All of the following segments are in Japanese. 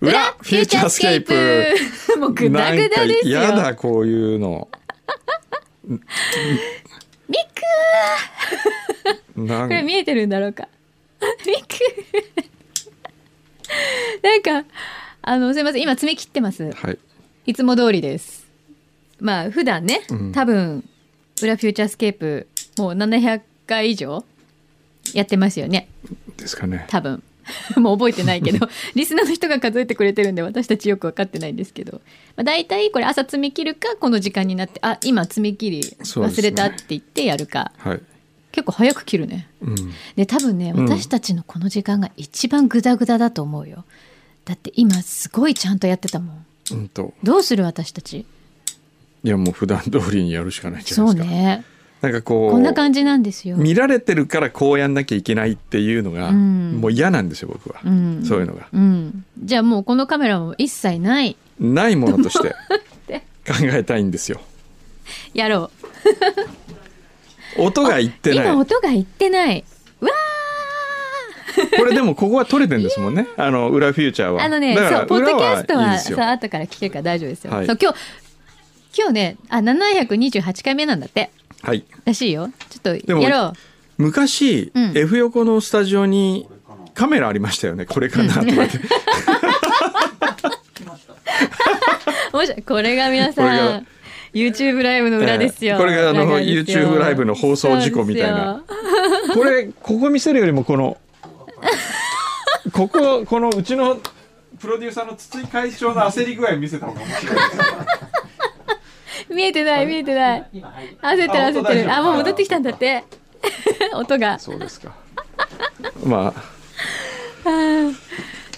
フューチャースケープ。もうグダグダですよなんか嫌だこういうのミクなこれん見えてるんだろうかミク なんかあのすいません今爪切ってますはいいつも通りですまあ普段ね、ん多分裏フューチャースケープもう700回以上やってますよねですかね多分 もう覚えてない けどリスナーの人が数えてくれてるんで私たちよく分かってないんですけど、まあ、大体これ朝爪切るかこの時間になってあ今爪切りそうです忘ねれたって言ってやるか、はい結構早く切るねうんで多分ねうん私たちのこの時間が一番グダグダだと思うよ、だって今すごいちゃんとやってたもんうんとどうする私たちいやもう普段通りにやるしかないじゃそなういですか、ねなんかこうこんな感じなんですよ、見られてるからこうやんなきゃいけないっていうのが、うんもう嫌なんですよ僕は、うん、そういうのがうん、じゃあもうこのカメラも一切ないないものと してて考えたいんですよやろ音がいってうない今音がいってないわこれでもここは取れてんですもんねあの裏フューチャーーはあのねだそうポッドキャスト裏いいはですよさ後から聞けるから大丈夫ですよ、はいそう今日今日ねあ728回目なんだってはいらしいよちょっでともやろう昔、うん F 横のスタジオにカメラありましたよねこれかなとかって面白いこれが皆これさがん YouTube ライブの裏ですよ、ええこれがあの裏ですよ YouTube ライブの放送事故みたいなそ こうでれここ見せるよりもこ のこここのうちのプロデューサーの筒井会長の焦り具合見せた方が面白いすよ見えてない見えてない焦ってあ音る焦って大丈る夫あもう戻ってきたんだって 音がそうですかまあ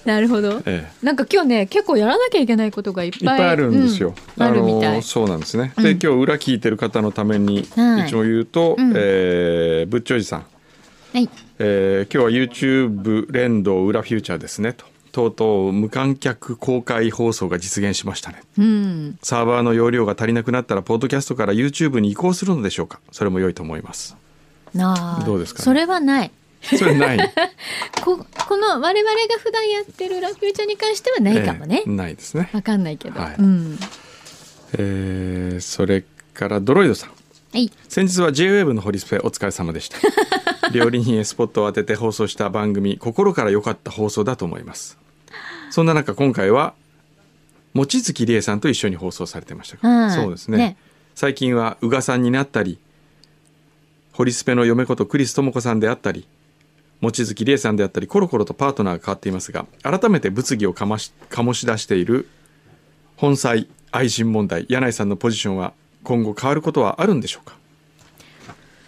なるほど、ええなんか今日ね結構やらなきゃいけないことがいっいっぱぱいいあるんですよ。うんあるみたい、のそうなんですね。で、今日裏聞いてる方のために、はい一応言うと、んえーぶっちょじさん、はいえー今日は YouTube 連動裏フューチャーですねと。とうとう無観客公開放送が実現しましたね。うんサーバーの容量が足りなくなったら、ポッドキャストから YouTube に移行するのでしょうか。それも良いと思い ます。なあどうですかねそれはないそれ ない。ここの我々が普段やってるラフューチャーに関してはないかもね、えーないですね。わかんないけど、はいうんえーそれからドロイドさん。はい先日は JWAVE のホリスペお疲れ様 でした料理人へスポットを当てて放送した番組心から良かった放送だと思いますそんな中今回は望月理恵さんと一緒に放送されてましたが、はいそうですねね最近は宇賀さんになったりホリスペの嫁ことクリス智子さんであったり望月理恵さんであったりコロコロとパートナーが変わっていますが改めて物議をかまし醸し出している本妻愛人問題柳井さんのポジションは今後変わることはあるんでしょうか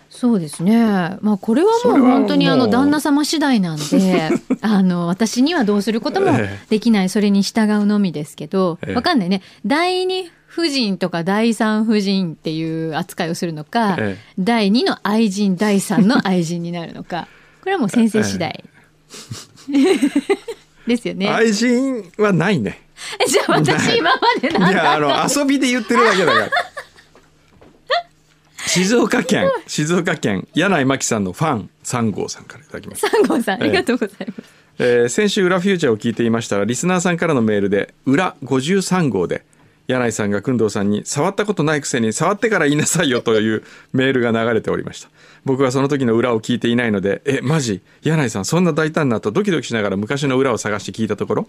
そうですね。まあこれはそもれうは本当にあものう旦那様次第な んで、あの私にはどうすることもええできない、それに従うのみですけどえ、えわかんないね。第二夫人とか第三夫人っていう扱いをするのか、ええ第二の愛人、第三の愛人になるのか、これはもう先生次第。 ですよね。愛人はないね。え じゃあ私今までいなんや、あだの、遊びで言ってるわけだから。静岡県、静岡県、柳井真紀さんのファン3号さんからいただきます。三号さん、ありがとうございます。えー先週裏フューチャーを聞いていましたら、リスナーさんからのメールで、裏53号で、柳井さんが工藤さんに触ったことないくせに触ってから言いなさいよというメールが流れておりました僕はその時の裏を聞いていないのでえマジ柳井さんそんな大胆なとドキドキしながら昔の裏を探して聞いたところ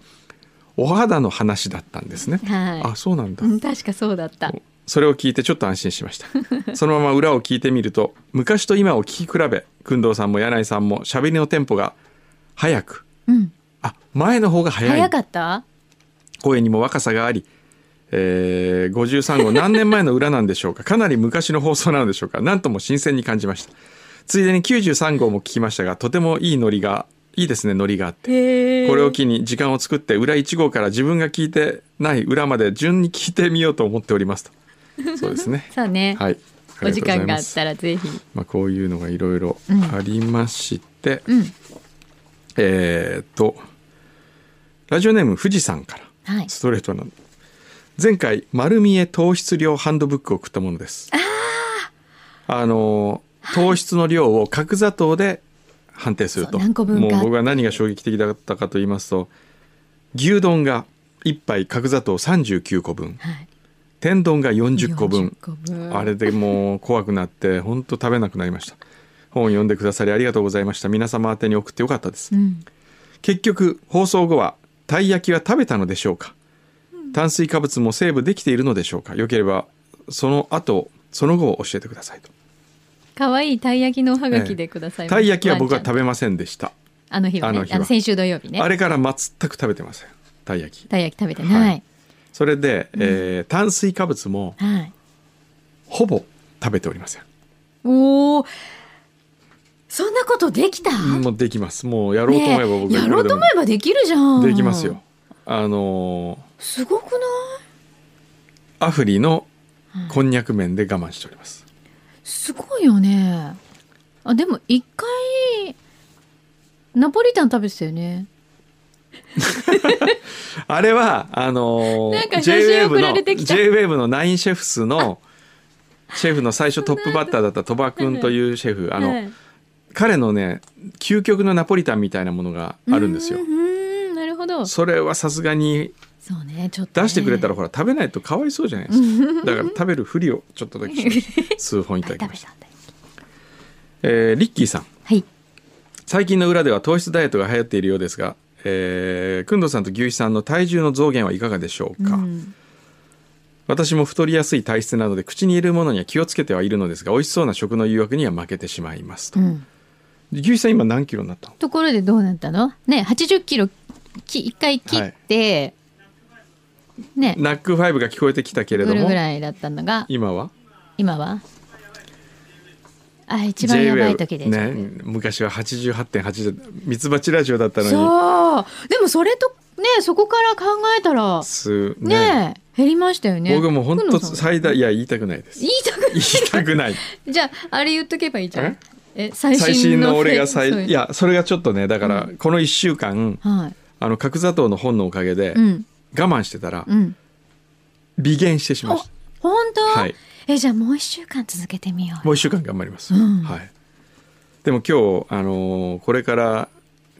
お肌の話だったんですね、はいあそうなんだうん確かそうだった。それを聞いてちょっと安心しましたそのまま裏を聞いてみると昔と今を聞き比べ工藤さんも柳井さんも喋りのテンポが早くうん、あ前の方が早い早かった。声にも若さがあり、えー53号何年前の裏なんでしょうか かなり昔の放送なのでしょうかなんとも新鮮に感じましたついでに93号も聞きましたがとてもいいノリがいいですねノリがあってへえこれを機に時間を作って裏1号から自分が聞いてない裏まで順に聞いてみようと思っており ますとそうですねそうね。はいあおりがとう時ござい間があまっすたらぜひ。まあ、こういうのがいろいろありまして、うん。えーっとラジオネーム富士山からはい。ストレートなの前回丸見え糖質量ハンドブックを送ったものですあの糖質の量を角砂糖で判定するそとう何個分もかう僕は何が衝撃的だったかと言いますと牛丼が1杯角砂糖39個分はい、天丼が40個分40個分あれでもう怖くなって本当食べなくなりました本を読んでくださりありがとうございました皆様宛てに送ってよかったですうん、結局放送後はたい焼きは食べたのでしょうか炭水化物もセーブできているのでしょうかよければその後その後を教えてくださいと可愛いたい焼きのおはがきでくださいました、たい焼きは僕はワンちゃ食んべませんでしたあの日はねあのあの日は先週土曜日ねあれから全く食べてませんたい焼きたい焼き食べてない、はいそれで、えー炭水化物もはい。ほぼ食べておりませんおお。そんなことできた。もうできますもうやろうと思えばね僕えはいやくろらうとで思えばできるじゃん。もできますよ。あのーすごくない。アフリのこんにゃく麺で我慢しておりますすごいよね。あ、でも一回。ナポリタン食べてたよね。あれはあのなんかー、写真 JWAVE 送らのれてきた JWAVE のナインシェフスのシェフの最初トップバッターだった鳥羽君というシェフあの、はい彼のね究極のナポリタンみたいなものがあるんですようーん、なるほど。そそれはさすがにうね、ちょっと、ね。出してくれたら。ほら食べないとかわいそうじゃないですかだから食べるふりをちょっとだけしました数本いただき 食まべしたたんだ。えーリッキーさんはい。最近の裏では糖質ダイエットが流行っているようですが、えー、くんどさんと牛一さんの体重の増減はいかがでしょうか、うん私も太りやすい体質なので口に入れるものには気をつけてはいるのですが美味しそうな食の誘惑には負けてしまいますと、うん牛一さん今何キロになったのところでどうなったのね80キロき一回切って、ねナックファイブが聞こえてきたけれどどれもぐらいだったのが今は今はあ一番やばい時で JWave す、ね昔は88.8でミツバチラジオだったのにそうでもそれとねそこから考えたらすね減りましたよね僕も本久当野さん最大いや言いたくないです言い たく言いたくないじゃああれ言っとけばいいじゃんええ最最新の俺がそう最いやそれがちょっとねだからこの1週間はいあの角砂糖の本のおかげでう我ん慢してたらうん微減してしまいおまし本当、はいえじゃあもう一週間続けてみよたうもう1週間頑張ります、うんはいでも今日あのーこれから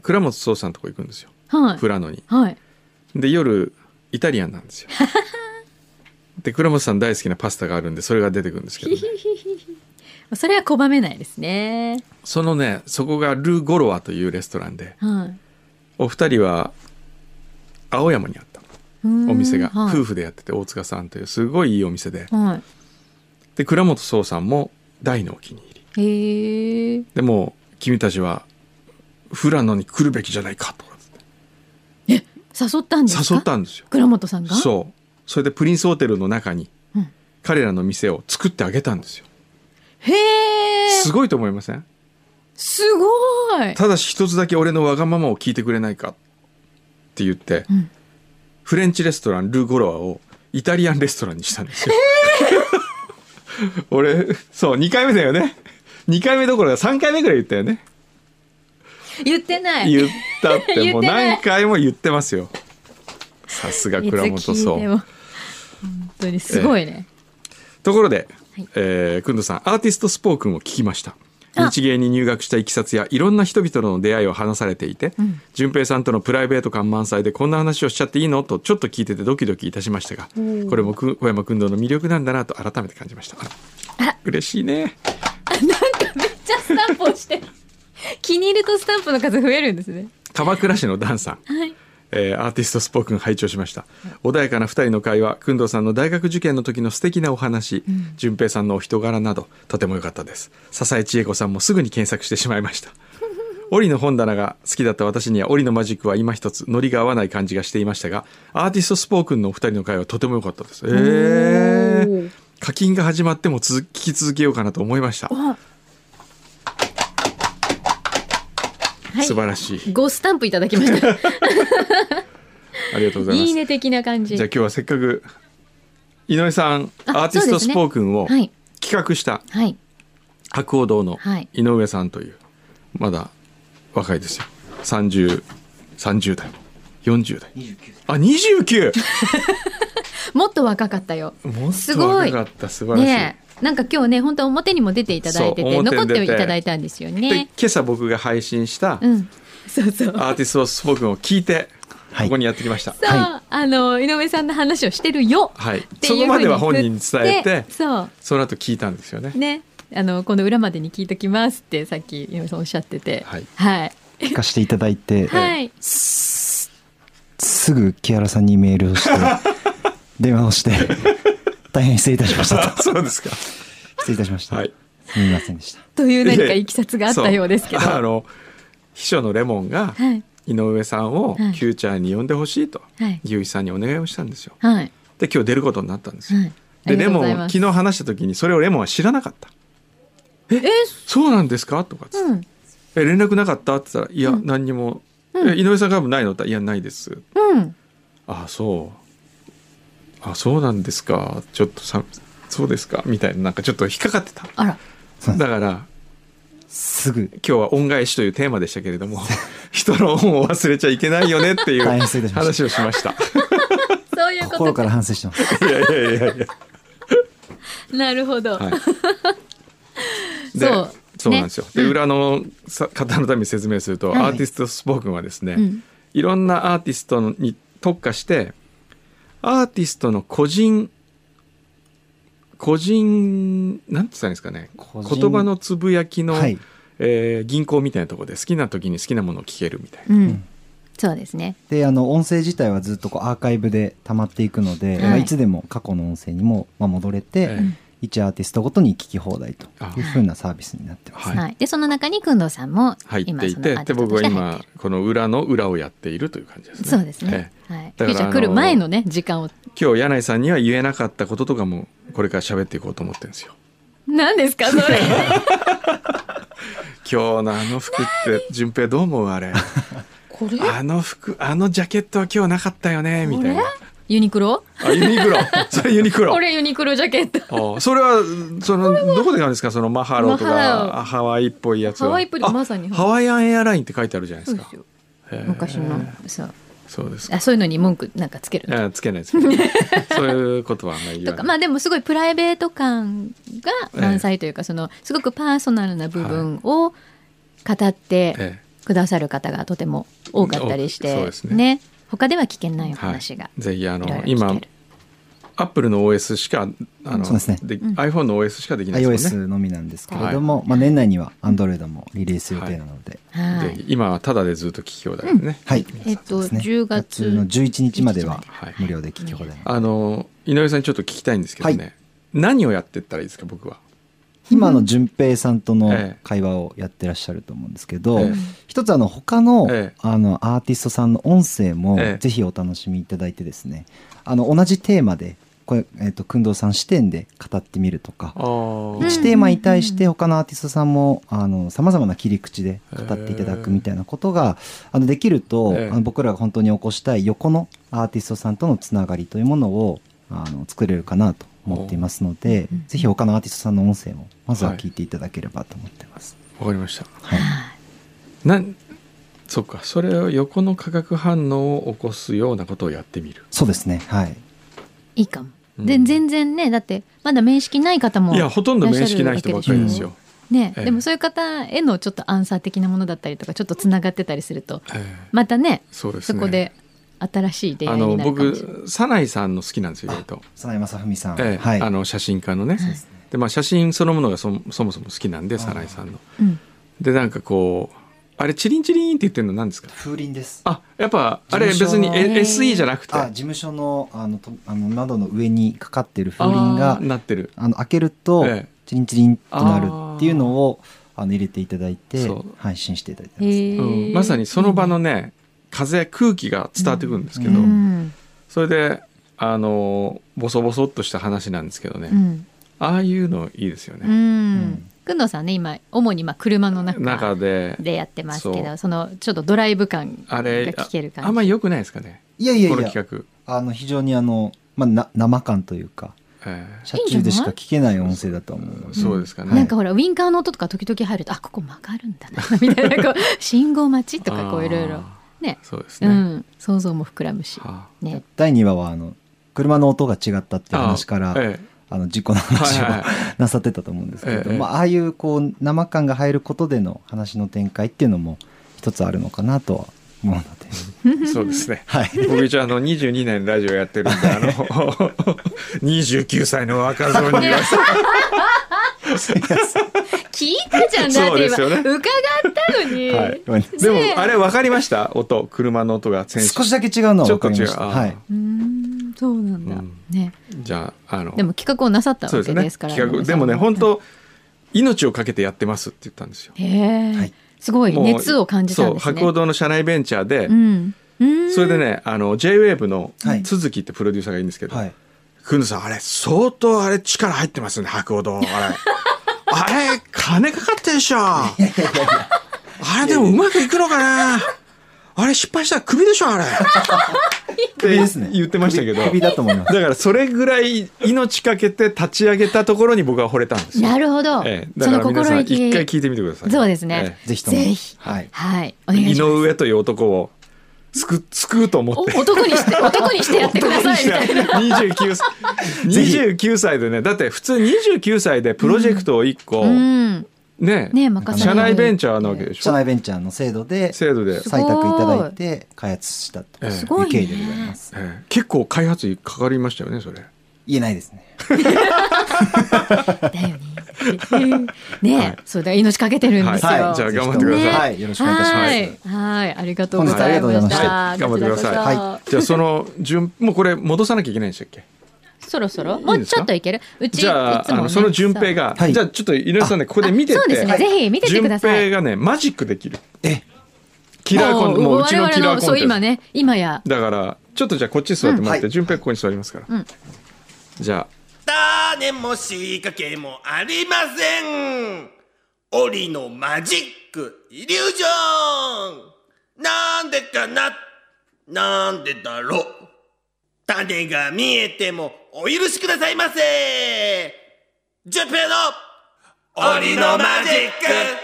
倉本壮さんのとこ行くんですよはい富良野にはいで夜イタリアンなんです よで倉本さん大好きなパスタがあるんでそれが出てくるんですけどね、それは拒めないですねそのねそこがル・ゴロワというレストランではいお二人は青山にあったおお店がはい、夫婦でやってて大塚さんというすごいいいお店ではで倉本壮さんも大のお気に入りい、へえでもう君たちは富良野に来るべきじゃないかとかつって誘ったんですか誘ったんですよ倉本さんがう、そうそれでプリンスホテルの中にん、彼らの店を作ってあげたんですよへえすごいと思いませんすごいただし一つだけ俺のわがままを聞いてくれないかって言って、んフレンチレストランル・ゴロワをイタリアンレストランにしたん ですよ。俺そう2回目だよね2回目どころか3回目ぐらい言ったよね言ってない言ったっ言ってなていもう何回も言ってますよさすが倉本いつ聞いてそうも本当にすごいね、ところで、はいえー、くんどさんアーティストスポークンを聞きましたあ日芸に入学したいきさつやいろんな人々との出会いを話されていてん淳、平さんとのプライベート感満載でこんな話をしちゃっていいのとちょっと聞いててドキドキいたしましたがんこれもく小山君堂の魅力なんだなと改めて感じましたあらあら嬉しいねめっちゃスタンプをしてる 気に入るとスタンプの数増えるんですね鎌倉市のダンさんはいえーアーティストスポークン拝聴しました穏やかな2人の会話工藤さんの大学受験の時の素敵なお話淳、平さんのお人柄などとても良かったです笹井千恵子さんもすぐに検索してしまいました折の本棚が好きだった私には折のマジックは今一つノリが合わない感じがしていましたがアーティストスポークンのお二人の会話とても良かったですえおーー課金が始まっても続聞き続けようかなと思いました、あはい素晴らしい5スタンプいただきま したありがとうございますいいね的な感じじゃあ今日はせっかく井上さんあアーティストスポークンをそうですねはい企画したはい博報堂のはい井上さんというまだ若いですよ3030代40代あ29もっと若かったよもっすとごい若かった素晴らしい、ねえなんか今日ね本当表にも出ていただいてそうて表残に出ってていただいたんですよでね今朝僕が配信したうんそうそうアーティストスポークンを聞いてここにやってきました。そう、はあの井上さんの話をしてるよ、はいっていうそこまでは本人に伝えてふうに言ってそその後聞いたんですよねう。ねあのこの裏までに聞いときますってさっき井上さんおっしゃっててはいはい、聞かせていただいて、はいすすぐ木原さんにメールをして 電話をして大変失礼いたしましたあと そうですか。失礼いたしました、はいすみませんでしたという何いかやいきさつがあったようです けどそあの秘書のレモンがはい井上さんをはい Q ちゃんに呼んでほしいとはい牛一さんにお願いをしたんですよ。はいで今日出ることになったんですよ。はいあでりレがとモうございンます昨日話した時にそれをレモンは知らなかった。えそうなんですかとかっつって、うんえ連絡なかった?」って言ったら「いや、うん何にも、うんえ井上さんからもないの?」って言ったら「いやないです」うんあそうあそうなんですかちょっとさそうですかみたいななんかちょっと引っかかって たあらだからすぐ今日は恩返しというテーマでしたけれ ども人の恩を忘れちゃいけないよねってい大変失礼ういたしまし話をしましたそういうこ心とから反省してますいやいやいやいや、なるほど、はい、で そうそうなんですよ、でねうん裏のさ方のために説明すると、はいアーティストスポークンはですね、うんいろんなアーティストに特化してアーティストの個人個人なんて言ったらいいんですかね個人言葉のつぶやきの、はい、えー銀行みたいなところで好きな時に好きなものを聞けるみたいな、ううんん、そうですねであの音声自体はずっとこうアーカイブで溜まっていくのはで、いいまあ、いつでも過去の音声にもまあ戻れて、ええ一アーティストごとに聞き放題とあいうふうなサービスになってます、ははいい、でその中に工藤さんも入っ今ていそのてアーテでィスト僕とはして入っ今この裏の裏をやっているという感じですね。そうですねええ。はい。だからフューチャー来る前のね、時間を。今日柳井さんには言えなかったこととかもこれから喋っていこうと思ってるんですよ。何ですか、それ。今日のあの服って順平どう思うあれこれあの服あのジャケットは今日なかったよねみたいな。ユニクロあユニク ロそれユニクロこれユニクロジャケット。あそれはそのどこで買うんですかそのマハロとマハロかハワイっぽいやつはハワイっぽいのあまさにハワイアンエアラインって書いてあるじゃないですかよ。へえ昔の、そう。そうですかあ、そういうのに文句なんかつけるのあつけないですけど そういうことはあんまり言とわか、ないまあでもすごいプライベート感ええが満載というか、その、すごくパーソナルな部分を語ってえくださる方がとても多かったりしそうてです、ねね。他では聞けないおえはい話が。ぜひあいろいのろ聞ける今アップルの OS しかあのそうですねでうん iPhone の OS しかできないですもんね iOS のみなんですけれども、まあ、年内には Android もリリース予定なので、はぜい。ひ今はただでずっと聞き放題ですね、はい、えっとそうですね10月の11日までははい無料で聞き放題、あの井上さんにちょっと聞きたいんですけどね、は何をやってったらいいですか僕は今の順平さんとのええ会話をやってらっしゃると思うんですけど、ええ一つあの他の,、ええあのアーティストさんの音声もええぜひお楽しみいただいてですねあの同じテーマでこれ、えっと工藤さん視点で語ってみるとかあーうん1テーマに対して他のアーティストさんもさまざまな切り口で語っていただくみたいなことがあのできると、ええあの僕らが本当に起こしたい横のアーティストさんとのつながりというものをあの作れるかなと思っていますのでおうんぜひ他のアーティストさんの音声もまずははい聞いていただければと思ってます。わかりましたはいなんそっかそれを横の化学反応を起こすようなことをやってみるそうですね、はい、いいかも。で、うん全然ね、だって、まだ面識ない方も。いやほとんど面識ない人ばっかりですよ、ね、ええでもそういう方へのちょっとアンサー的なものだったりとか、ちょっとつながってたりすると。ええまたね、そうですそねこで新しい出あ会いにのなるかもしれない。僕早苗さんの好きなんですよ意外と、早苗正文さん、ええはいあの写真家のね、そうですでまあ、写真そのものがそもそもそも好きなんで早苗さんのうん、でなんかこうあれチリンチリンって言ってるの何ですか風鈴ですああやっぱあれ別に事務所のえ SE じゃなくて事務所のあのとあの窓の上にかかってる風鈴があーなってるあの開けると、ええチリンチリンとなるっていうのをあの入れていただいてそう配信していただいてへます、えうん、まさにその場のね、風空気が伝わってくるんですけど、うん、それであのボソボソっとした話なんですけどね、うん、ああいうのいいですよね、うん、くんどうさんね、今主にまあ車の中中ででやってますけそど、うそのちょっとドライブ感があれ聞けるあ感じ。あんまり良くないですかねいやいやこのいや企あの非常にあの、まあ、な生感というか画、え車中でしか聞けない音声だと思うのーでそうですかね、なんかほらウインカーの音とか時々入るとあここ曲がるんだな みたいなこ う信号待ちとかこういろいろあねーそうですうね、ん想像も膨らむしはね第2話はあの車の音が違ったってあいう話からあ、えの事故のえ話を、はいはい なさってたと思うんですけれど、ええまあ、ああいうこう生感が入ることでの話の展開っていうのも一つあるのかなとはも のなので。 そうですね。はい僕一応あの22年ラジオやってるんで、あの 29歳の若造に言わせて聞いたじゃんだそっうてですよ今、ね伺ったの に、はいごめんなさでもあれ分かりました音車の音が先い週 少しだけ違うのはちょ分っとかり違まうした。あーはい。うーんそうなんだ、うんねじゃああのでも企画をなさったそうわですけねですから企画でもね本当命をかけてやってますって言ったんですよへえ、はいすごいもう熱を感じたんそうですね博報堂の社内ベンチャーで、うんうんそれでねあの JWAVE のはい鈴木ってプロデューサーがいいんですけど、はい。くんどさんあれ相当あれ力入ってますね博報堂あれあれ金かかってるでし ょあれでもうまくいくのかなあれ失敗したらクビでしょあれってですね言ってましたけど首だと思います。だからそれぐらい命かけて立ち上げたところに僕は惚れたんですよ。なるほど、ええ、だそかのら皆さ心ん意気一回聞いてみてください。そうですね、えぜひとも。ぜひはい。はいおえ願い井します上という男を救う救うと思おって。男にして男にしてやってくださいみたいな29歳29歳 でねだって普通29歳でプロジェクトを1個、うんねね任せ社られる内ベンチャーなわけでし社ょ内ベンチャーの制度で採制度で、す択いただいて開発したとええいうすごいね経緯でございます。ええ結構開発費かかりましたよねそれ。言えないですね。だよねね、そうだ命かけてるんですよ、はいじゃあ頑張ってくださいはい。よろしくお願いいたします。はい、はいありがとうございましはた。い、頑張ってください。こちらこそはい、じゃあその順 もうこれ戻さなきゃいけないんでしたっけ？そろそろもうちょっといける。うちじゃあ,、いつもねあのその順平が、はいじゃあちょっと井上さんねここで見ててあそうですねぜひ見ててください順平がねマジックできるえ、キラーコントもううちの我々キラーコンテそう今ね今やだからちょっとじゃあこっちに座ってもらって、うんはい順平ここに座りますから、うんじゃ種も仕掛けもありません檻のマジックイリュージョンなんでかななんでだろう種が見えてもお許しくださいませ純平の檻のマジックあ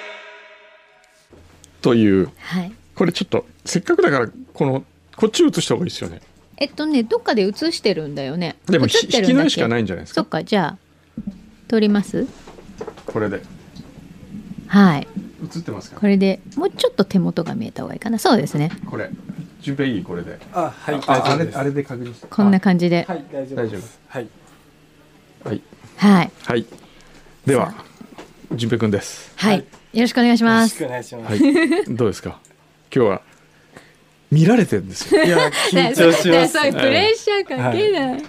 というはい。これちょっとせっかくだからこのこっち映した方がいいですよねえっとねどっかで映してるんだよね。でも映ひって引るきんだのっけ絵しかないんじゃないですそかっかじゃあ撮ります。これではい映ってますかこれでもうちょっと手元が見えた方がいいかな。そうですねこれ順平いいこれであ、はい、大ああ丈夫れです。あれで確認してこんな感じではい、大丈夫大で丈す。はい。はいはいはいでは順平くんです はい、はいよろしくお願いしよろましすく。お願いします。はい、どうですか今日は見られてるんです よ。い、や、緊張しね まそす。ういうプレッシャーかけない。ちょっ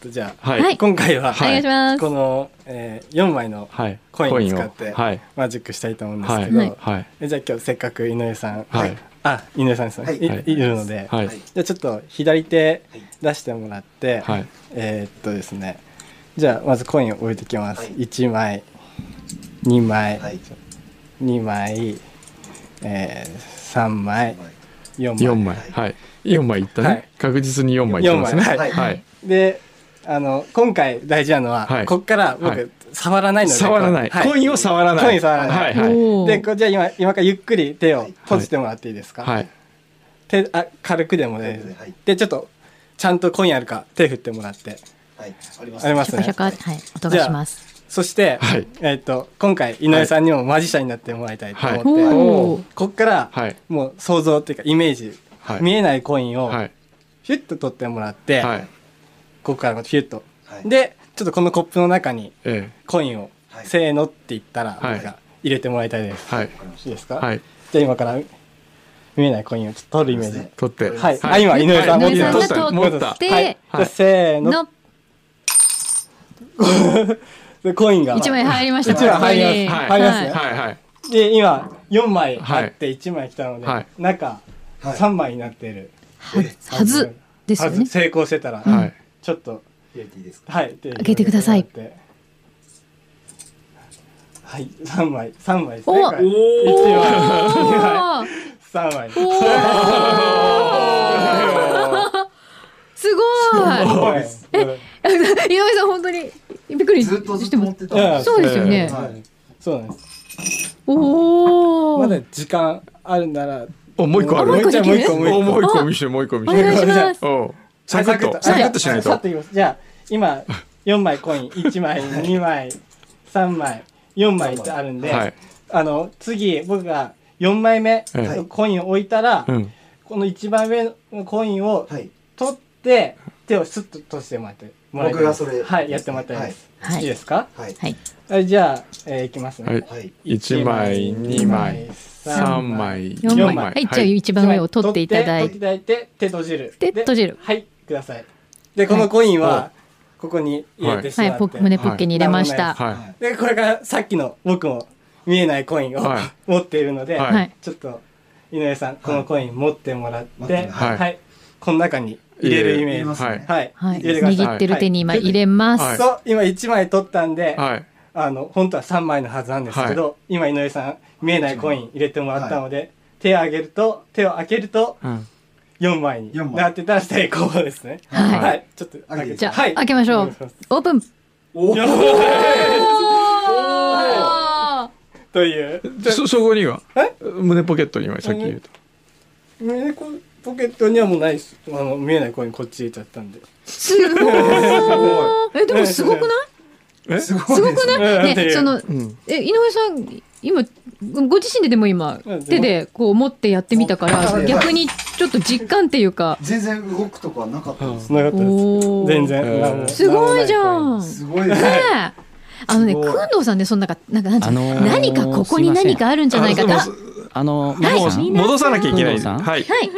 とじゃあ、はい、はい今回は、はいお願いしこまの、えー、4枚のはいコインを使っコインてをはいマジックしたいと思うんですはけい、ど、はい、はい、えじゃあ今日せっかく井上さん、はい、あ、井上さんですね、はいいはいいるので、はい、じゃあちょっと左手出してもらって、はいえー、っとですね、じゃあまずコインを置いてきます。一1枚、2枚、はい。二2枚、えー、3枚、4枚。四枚、はい、四枚いったね、はい確実に四枚いってますね。四枚はいはい、であの今回大事なのは、はいここから僕、はい触らないので触らない、こうはコインを触らない。コイン触らないはい、はい、おーでこうじゃあ今今からゆっくり手を閉じてもらっていいですか、はい、手あ軽くでもね軽くではいでちょっとちゃんとコインあるか手振ってもらってはい。ありまありまシすャカねシャカはい音がします。そして、はいえっと今回井上さんにもマジシャンになってもらいたいと思って、はいおーここから、はいもう想像っていうかイメージ、はい見えないコインをはい、ヒュッと取ってもらって、はい、ここからまたヒュッと、はいでちょっとこのコップの中にえコインを、はいせーのって言ったら、はい僕が入れてもらいたいです。え、はい、いいですか、はい、じゃあ今から見えないコインをちょっと取るイメージで。取って。はい、あ今井上さん持はっいて井ま上すさんが持ってたではい、じゃはいあせーののでコインが一枚入りました。一枚入りますここに入りますねはい、はい、で今4枚はいあって1枚来たので、はい中はい3枚になっているははずですよはねず。成功してたら、はい、ちょっと入れていいですかはい開開けてくださいはい3枚3枚ですねおこれ1枚2枚おー3枚おーすごいはいうん井上さん本当にびっくりずっとずっしてと持まっすてたんです。そうですよね、はい。そうなんです。おお、まだ時間あるなら。お、もう一個ある。もう一個個もう一個おもう一個。もう一個見して、もう一個見して。お願いしますおうサクッと、サクッとしないはいサクとッ。いきますじゃあ今四枚コイン、一枚、二枚、三枚、四枚ってあるんで、はい。あの次僕が。 4枚目はいのコインを置いたら、うんこの一番上のコインをはい。取って、手をスッと閉じてもらってもらいたいです。僕がそれはい、やってもらったいです。はいい、いですか、はい。はい。はい、じゃあ、えーいきますね。はいはい。 1枚2枚3枚四枚枚。ははいい。じゃあ一番上を取っていただい取て。っていただいて、手閉じる。手で閉じるはい、ください。で、このコインは、ここに入れてしまはって。い。ポ胸ポッケに入れました。は。はで、これからさっきの僕も見えないコインを、はい 持っているので、はいちょっと井上さん、このコイン持ってもらって、持ってもらってはい、この中に入れるイメ入れーまジ。すね。はい、はい。入れてください握ってる手に今入れはまいす。そう、今1枚取ったんで、いはいあの、本当は3枚のはずなんですけど、今井上さん、見えないコイン入れてもらったので、手を上げると、手を開けると、うん4枚に四枚なってたら成功ですね。はいちょっと開けてじゃあ、開けましょう。オープン。およーおーという。そそこにはえ胸ポケットにはさっき言うと胸こポケットにはもうないです。あの、見えないコインこっち入れちゃったんで。すごい。え、でもすごくないえすごすいごでくすね。うんないってね、いうその、んえ、井上さん、今、ご自身ででも今うん、手でこう持ってやってみたか持っら、て逆にちょっと実感っていうか、全然動くとかなかったです。なかったおーです。全然。えーなんもすごいじゃなんもないコインん。ねすごいですね。え。あのね、くんどうさんね、そんなか、なんか、なんていうのあのー何かここすいにません何かあるんじゃないかあでもな。そあの、マもリうさん戻さなきゃいけない工藤さんはいはい。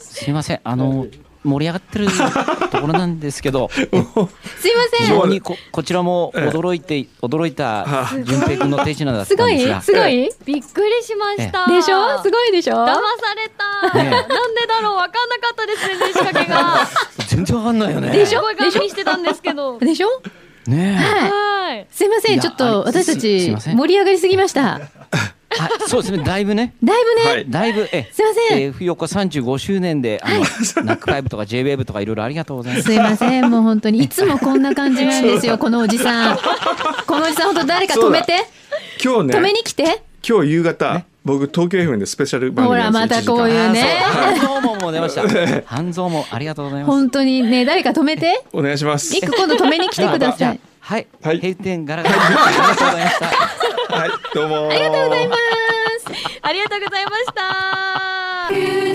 すいません、あの、盛り上がってるところなんですけど、すいま非せん。常にここちらも驚いて、驚いた純平君の手品だったすんごですいが、すごいびっくりしました。でしょすごいでしょ騙された。ねえなんでだろうわかんなかったですね、仕掛けが。全然わかんないよ ね。でしょすごい確認してたんですけど。でしょねえはい。すいません。いやちょっあと、私たすすいちま、せん盛り上がりすぎました。はい、そうですね、だいぶね、だいぶね、はいだいぶ、え、すいませんえー、ふよこ35周年で、あの、ナックファイブとか JWAVE とかいろいろありがとうございます。すいません、もう本当に。いつもこんな感じなんですよ、このおじさん。このおじさん、本当誰か止めて、今日止めねに来て。今日夕方僕東京 FM でスペシャル番ほ組ら、なんまですたよこう1時間いうね。あーそう半蔵門も出ました。半蔵門、ありがとうございます。本当にね、誰か止めて。お願いしますリック、今度止めに来てくだじゃさあい。はい、はい閉店ガラガラ。ありがとうございました。はいどうもありがとうございますありがとうございました。